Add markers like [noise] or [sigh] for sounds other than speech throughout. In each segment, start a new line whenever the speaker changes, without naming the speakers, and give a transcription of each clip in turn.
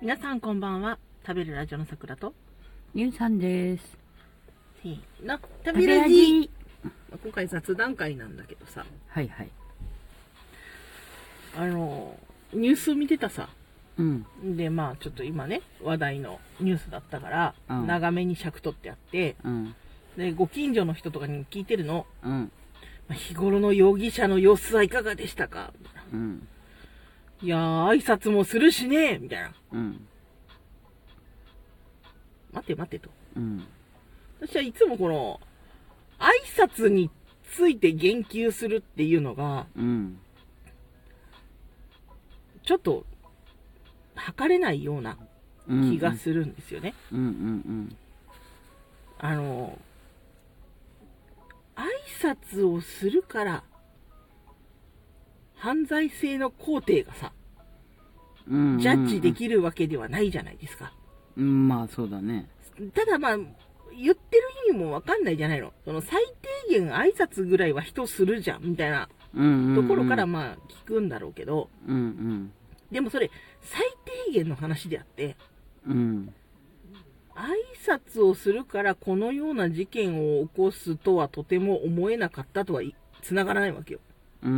皆さんこんばんは食べるラジオの桜と
ゆうさんです。
せーの食べラジ
ジ
今回雑談会なんだけどさ
はいはい。
あのニュース見てたさ
うん。
でまあちょっと今ね話題のニュースだったから、
うん
長めに尺取ってあって
うん。
でご近所の人とかに聞いてるの
うん。
まあ日頃の容疑者の様子はいかがでしたかみたいな
うん。
いやー挨拶もするしねみたいな
うん。
待て待てと
うん。
私はいつもこの挨拶について言及するっていうのが
うん。
ちょっと測れないような
うん。
気がするんですよね。
うんうん
あの挨拶をするから犯罪性の肯定がさ
うん。うん。
ジャッジできるわけではないじゃないですか。
うん。まあそうだね。
ただまあ言ってる意味もわかんないじゃないの。その最低限挨拶ぐらいは人するじゃんみたいな
うん。
ところから。まあ聞くんだろうけど、
うん
でもそれ最低限の話であって
うん。うん。
挨拶をするからこのような事件を起こすとはとても思えなかったとはい繋がらないわけよ
うんう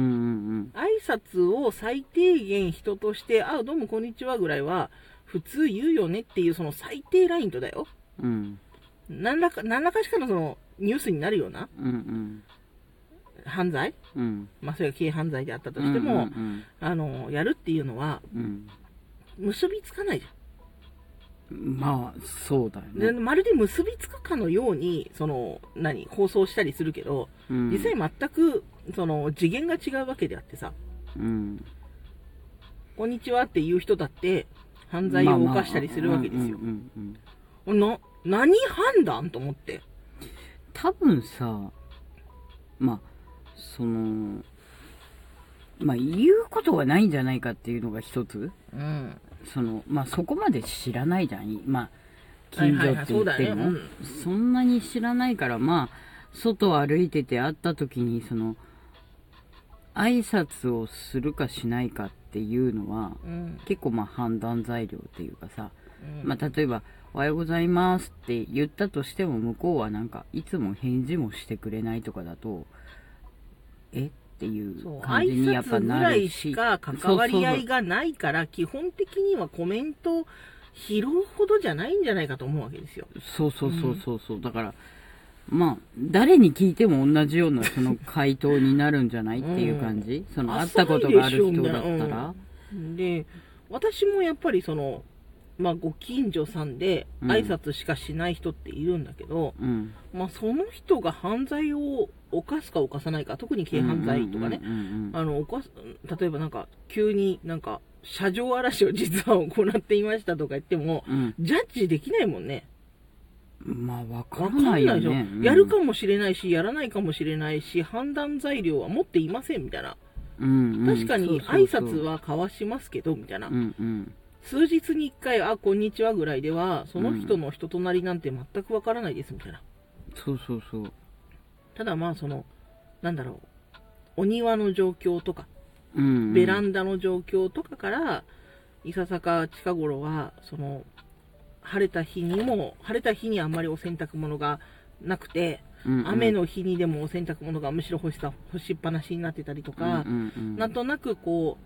ん
挨拶を最低限人として「あどうもこんにちは」ぐらいは普通言うよねっていうその最低ラインとだよ
うん。うん。
何らか何らかしかのそのニュースになるような
うんうん。
犯罪
うん。
まあそれが軽犯罪であったとしても、
うん
あのやるっていうのは
うん。
結びつかないじゃん
まあそうだ
で
よね。
まるで結びつくかのようにその何放送したりするけど、
実
実際全くその次元が違うわけであってさ
うん。
「こんにちは」って言う人だって犯罪を犯したりするわけですよ。
うんうん。
な何判断と思って。
多分さまあそのまあ言うことはないんじゃないかっていうのが一つ
うん、
そのまあそこまで知らないじゃんまあ近所って言っ
はいはいはいそうだ
ても
よね
そんなに知らないからまあ外を歩いてて会った時にその挨拶をするかしないかっていうのは
うん
結構まあ判断材料っていうかさ、
うん
まあ、例えば、おはようございますって言ったとしても、向こうはなんか、いつも返事もしてくれないとかだと、えってい
そう
う感じ
挨
にやっぱ
拶ぐ
な
ら
る
い
し。
しか関わり合い
そう
がないから基本的にはコメントを拾うほどじゃないんじゃないかと思うわけですよ。
そうそうそうそうそうそう、だから、まあ、誰に聞いても同じようなその回答になるんじゃないっていう感じ、その、会ったことがある人だったら、
で私もやっぱりその、まあ、ご近所さんで
うん
挨拶しかしない人っているんだけど、
うん。
まあ、その人が犯罪を犯すか犯さないか特に軽犯罪とかね、
うんうん
あの犯す例えばなんか急になんか車上荒らしを実は行っていましたとか言っても
うんうん。
ジャッジできないもんね。
うん。まあ、わか
わ
らないよ
でしょ
ね。うん
やるかもしれないし、やらないかもしれないし、判断材料は持っていませんみたいな。
うんうん
確かに
そう
挨
そうそう
拶は交わしますけど、みたいな
う。んうん。
数日に1回、あ、こんにちはぐらいでは、その人の人となりなんて全くわからないですみたいな。
そうそうそう。
ただまあ、その、なんだろう、お庭の状況とか、
うんうん、
ベランダの状況とかから、いささか近頃は、その、晴れた日にも、晴れた日にあんまりお洗濯物がなくて、
うんうん
雨の日にでもお洗濯物がむしろ干した干しっぱなしになってたりとか、
うんうんうん
なんとなくこ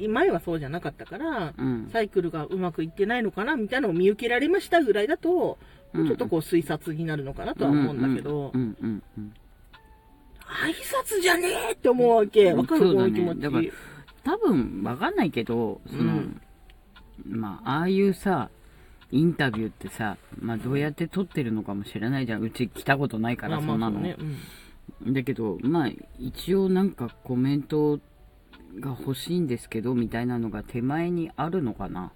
う、前はそうじゃなかったから、
うん
サイクルがうまくいってないのかなみたいなのを見受けられましたぐらいだと、
うん
ちょっとこう推察になるのかなとは思うんだけど、
うんうんうん
挨拶じゃねえって思うわけ。
うん
わかる、
そ
こ
うだ
の気
ね
持ち。
だから多分わかんないけどその、
うん
まあああいうさインタビューってさ、まあ、どうやって撮ってるのかもしれないじゃんうち来たことないか
ま
ら
あ
そん
ま
な
あ
の、
そうねうん
だけどまあ一応なんかコメントが欲しいんですけどみたいなのが手前にあるのかな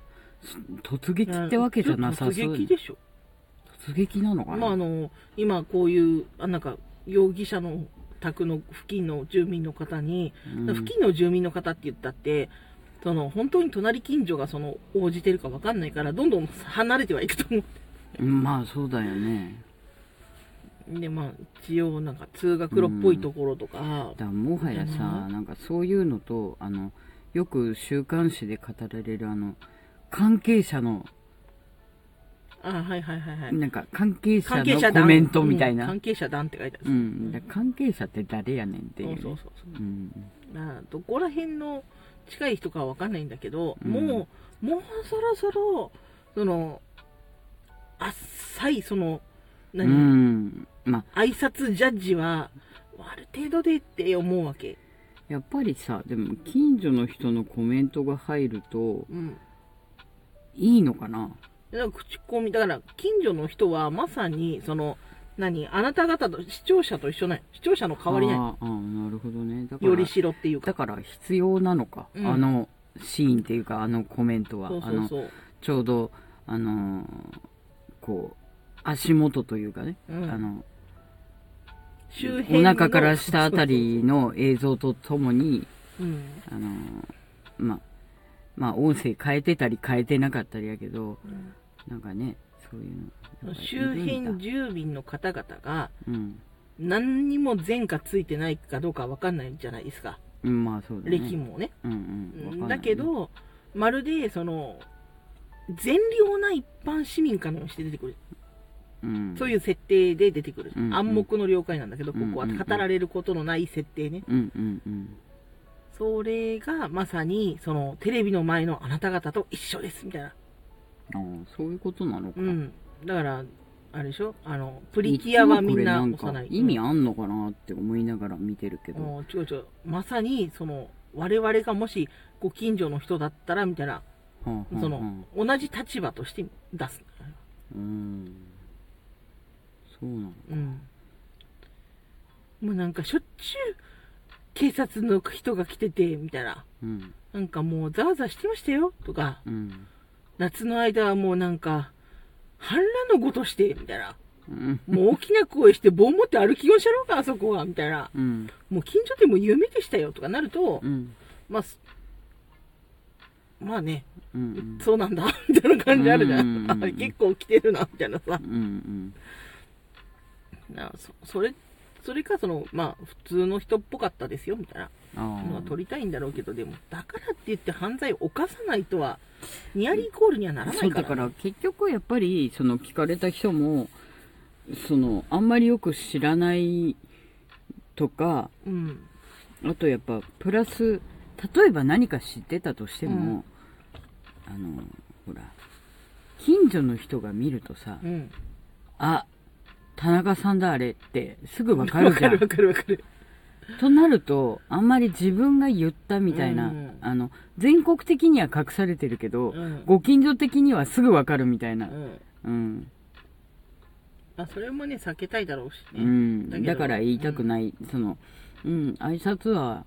そ突撃ってわけじゃなさそう
突撃でしょ。
突撃なのかな、
まああの、今こういう、あなんか、容疑者の宅の付近の住民の方に、
うん
付近の住民の方って言ったって、その本当に隣近所がその応じてるかわかんないから、どんどん離れてはいくと思う。
まあそうだよね
でまあ一応なんか通学路っぽいところとか
だ、からもはや
だ
さ
な
なんかそういうのとあのよく週刊誌で語られるあの関係者の、
あはいはいはいはい。
なんか関係者
関係者
の
団
コメントみたい
うん
な
関。係者団って書いてあ
う
る。
ん。だから関係者って誰やねんっていう
そ
ね。
うそうそうそう。
うん。
まあ、どこら辺の近い人かは分かんないんだけど、
うん
もう、もうそろそろ、その、浅い、その、
う
何、
ん。まあ、
挨拶ジャッジは、ある程度でって思うわけ。
やっぱりさ、でも近所の人のコメントが入ると、
うん。
いいのかな
だから口コミ、だから、近所の人はまさに、その、何、あなた方と、視聴者と一緒ない。視聴者の変わりな
あーあー、なるほどね。だか
い。
ら、
よりしろっていう
だ
か。
から必要なのか。
うん
あのシーンっていうか、あのコメントは。
そうそ
あの
うそう。
ちょうど、あのーこう、足元というかね、
うん
あの、
周辺
お
の
腹から下あたりの映像とともに、
うん。
あのーまあ、まあ、音声変えてたり変えてなかったりやけど、
うん
なんかね、そういうの。
周
やっ
辺
ぱいるんだ
住民の方々が、
うん。
何にも前科ついてないかどうかわかんないじゃないですか、
うん、まあそうだね。
歴もね
うんうん。わかんないね
だけ、どまるでその善良な一般市民かのようにして出てくる、
うん、
そう
いう、
いう設定で出てくる、
うんうん
暗黙の了解なんだけどここは
うんうんう
語
ん
られることのない設定ね、
うんうんうん。
それがまさにそのテレビの前のあなた方と一緒ですみたいな、
ああ、そういうことなのか。
うん、だからあれでしょあのプリキュアはみんな
つもこれ
幼
ないんか意味あんのかなって思いながら見てるけど。
もう違う違うまさにその我々がもしご近所の人だったらみたいな
はあはあ
そ
はあ
の、同じ立場として出す。
うんそうなの
うん。もうなんかしょっちゅう警察の人が来てて、みたいな。
うん
なんかもうざわざわしてましたよ、とか。
うん
夏の間はもうなんか、反乱のごとして、みたいな。
うん
もう大きな声して棒持って歩きようしゃろうか、あそこは、みたいな。
うん
もう近所でも夢でしたよ、とかなると
う、ん
まあ、すまあね、
うん
そうなんだ、 [laughs] みたいな感じあるじゃ。
うんうんうんん
あ [laughs] 結構来てるな、みたいなさ。
うんうん
なそそれそれかそのまあ普通の人っぽかったですよみたいなのは
あ
取りたいんだろうけどでもだからって言って犯罪を犯さないとはニアリーイコールにはな
あ
らな
そ
いうか
だからら結局やっぱりその聞かれた人もそのあんまりよく知らないとか
うん
あとやっぱプラス例えば何か知ってたとしても、あのほら近所の人が見るとさ、
うん
あ田中さんだあれってすぐわかるじゃん
わかるわかる
となると、あんまり自分が言ったみたい
う
な、
ん
あの、全国的には隠されてるけど、
うん
ご近所的にはすぐわかるみたいな。
うん
うん。
あそれもね避けたいだろうし
う
ね
ん。
だ
だ
けど
から言いたくない、その、うん、挨拶は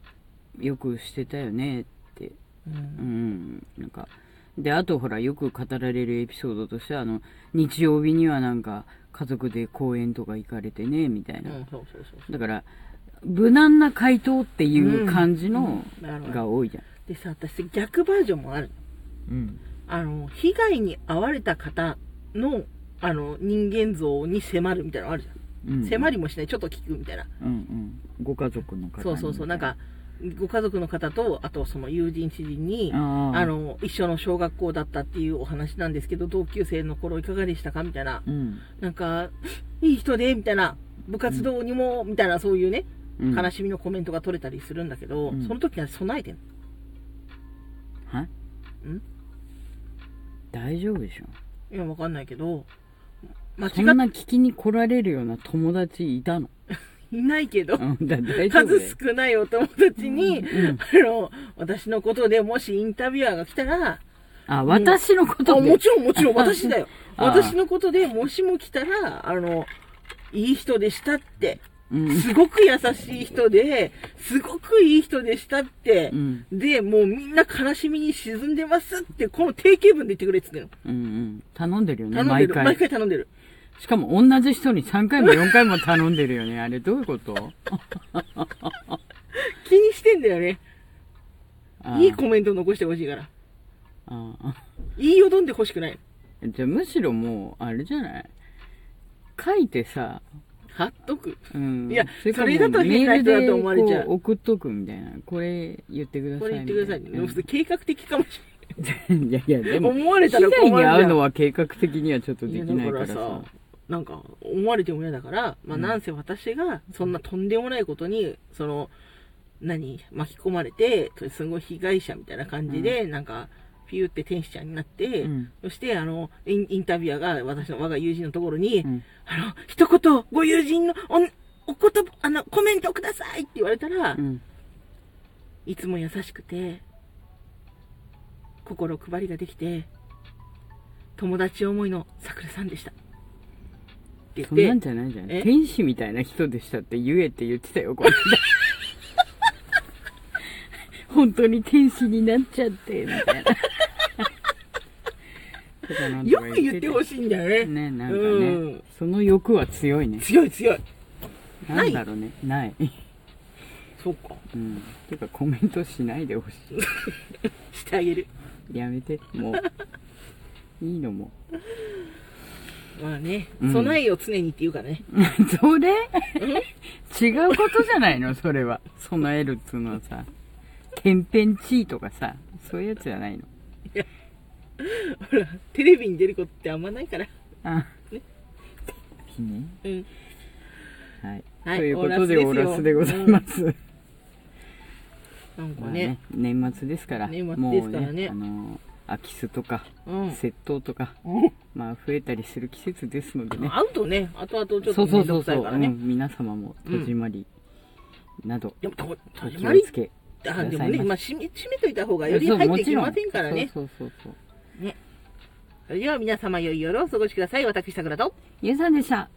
よくしてたよねって。
う
うんん。なんか、で、あとほら、よく語られるエピソードとしては、あの、日曜日にはなんか、家族で公園とか行かれてね、みたい
うん
な。
そうそうそう
だから、無難な回答っていう感じの、
うんなるほど
が多いじゃん。
でさ私逆バージョンもある
うん。
あの被害に遭われた方のあの人間像に迫るみたいなのあるじゃん、
うん
迫りもしないちょっと聞くみたいな
うんうん、ご家族の方に
そうそうそう、なんか、ご家族の方と、あとその友人知人に、
あ
あ
ー
の、一緒の小学校だったっていうお話なんですけど、同級生の頃いかがでしたかみたいな。
うん
なんか、いい人で、みたいな。部活動にも、みたいな、そういうね、
うん、
悲しみのコメントが取れたりするんだけど、
うん
その時は備えてんの。
は
ん
大丈夫でしょ
いや、わかんないけど、間違
そん
っ
な聞きに来られるような友達いたの
いないけど
う、んだ大丈夫
数
だよ
少ないお友達に、あの、私のことでもしインタビュアーが来たら、
あ私のこと
あ
で
もちろんもちろん私だよ
[laughs] あー
私のことでもしも来たらあのいい人でしたって
うん
すごく優しい人ですごくいい人でしたって
う、ん
でもうみんな悲しみに沈んでますってこの定型文で言ってくれっつってんの
うんうん頼んでるよね
頼んで
毎
る
回
毎回頼んでる
しかも同じ人に3回も4回も頼んでるよねあれどういうこと
気にしてんだよね
あ
いいコメント残してほしいから
ああ
言いよどんでほしくない
じゃあむしろもうあれじゃない書いてさ
貼っとく
うん
いや
かも
それだと変な人だと思われちゃう
メールでこ送っとくみたいな。これ言ってください
これ言っ
みたいな。
てください、ね
うん
計画的かもしれない
[laughs] いやいや、でも、
思われ
被
たら困
害
る
に
じゃん
遭うのは計画的にはちょっと
い
で
や
きないからさ。
なんか思われても嫌だから、まあ、
うん
なんせ私がそんなとんでもないことに、その何巻き込まれてすごい被害者みたいな感じで、なんかピューって天使ちゃんになって、
うん
そしてあのインインタビュアーが私の我が友人のところに、
うん
あの一言ご友人のおお言葉あのコメントをくださいって言われたら、
うん
いつも優しくて、心配りができて、友達思いのさくらさんでした。って
そんな
言
ん
って、
じゃないじゃん。
え
天使みたいな人でしたって言えって言ってたよ、この間。 [laughs] 本当に天使になっちゃって、みたいな。とかなんと
[laughs] よ
か
く言ってほ
い
しいんだ
[laughs]
よね。
ね、なんかね、
うん
その欲は強いね。
強い強い。
な
ない
んだろうね。ない。
そうか。
うん。てかコメントしないでほし
してあげる。
い。やめて、
[laughs]
もう。いいのも [laughs]
まあね、
うん
備えを常にっていうかね。 [laughs]
う。それ違うことじゃないのそれは。備えるっつうのはさ。天変地異とかさ、そういうやつじゃないの。
ほら、テレビに出ることってあんまないから。
あ
ね。
いいね。
うん。
はい。
はい
ということで、
オ
オ
ー
ー
ラ
ラ
ス
ス
でよ
ですございます。
なんか
まあ
ね
ね。、年末ですから。
年末ですからね
もうあの、空き巣とか、
うん。
窃盗とか、まあ、増えたりする季節ですのでね。
会うとね、後々ちょっ
そ
と
うそ
面
う
倒
そう
くさ
そ、
いうから
う
ね。
ん、皆様も戸締まりなど、
でも、と、
お
始
気
ま
を
り
つけ
あ、でも
ください
ね、
ま
まあ、閉め、閉めといた方がより入ってきませんからね。
そうそうそうそう
それでは皆様良い夜をお過ごしください。私、桜と。
ゆうさんでした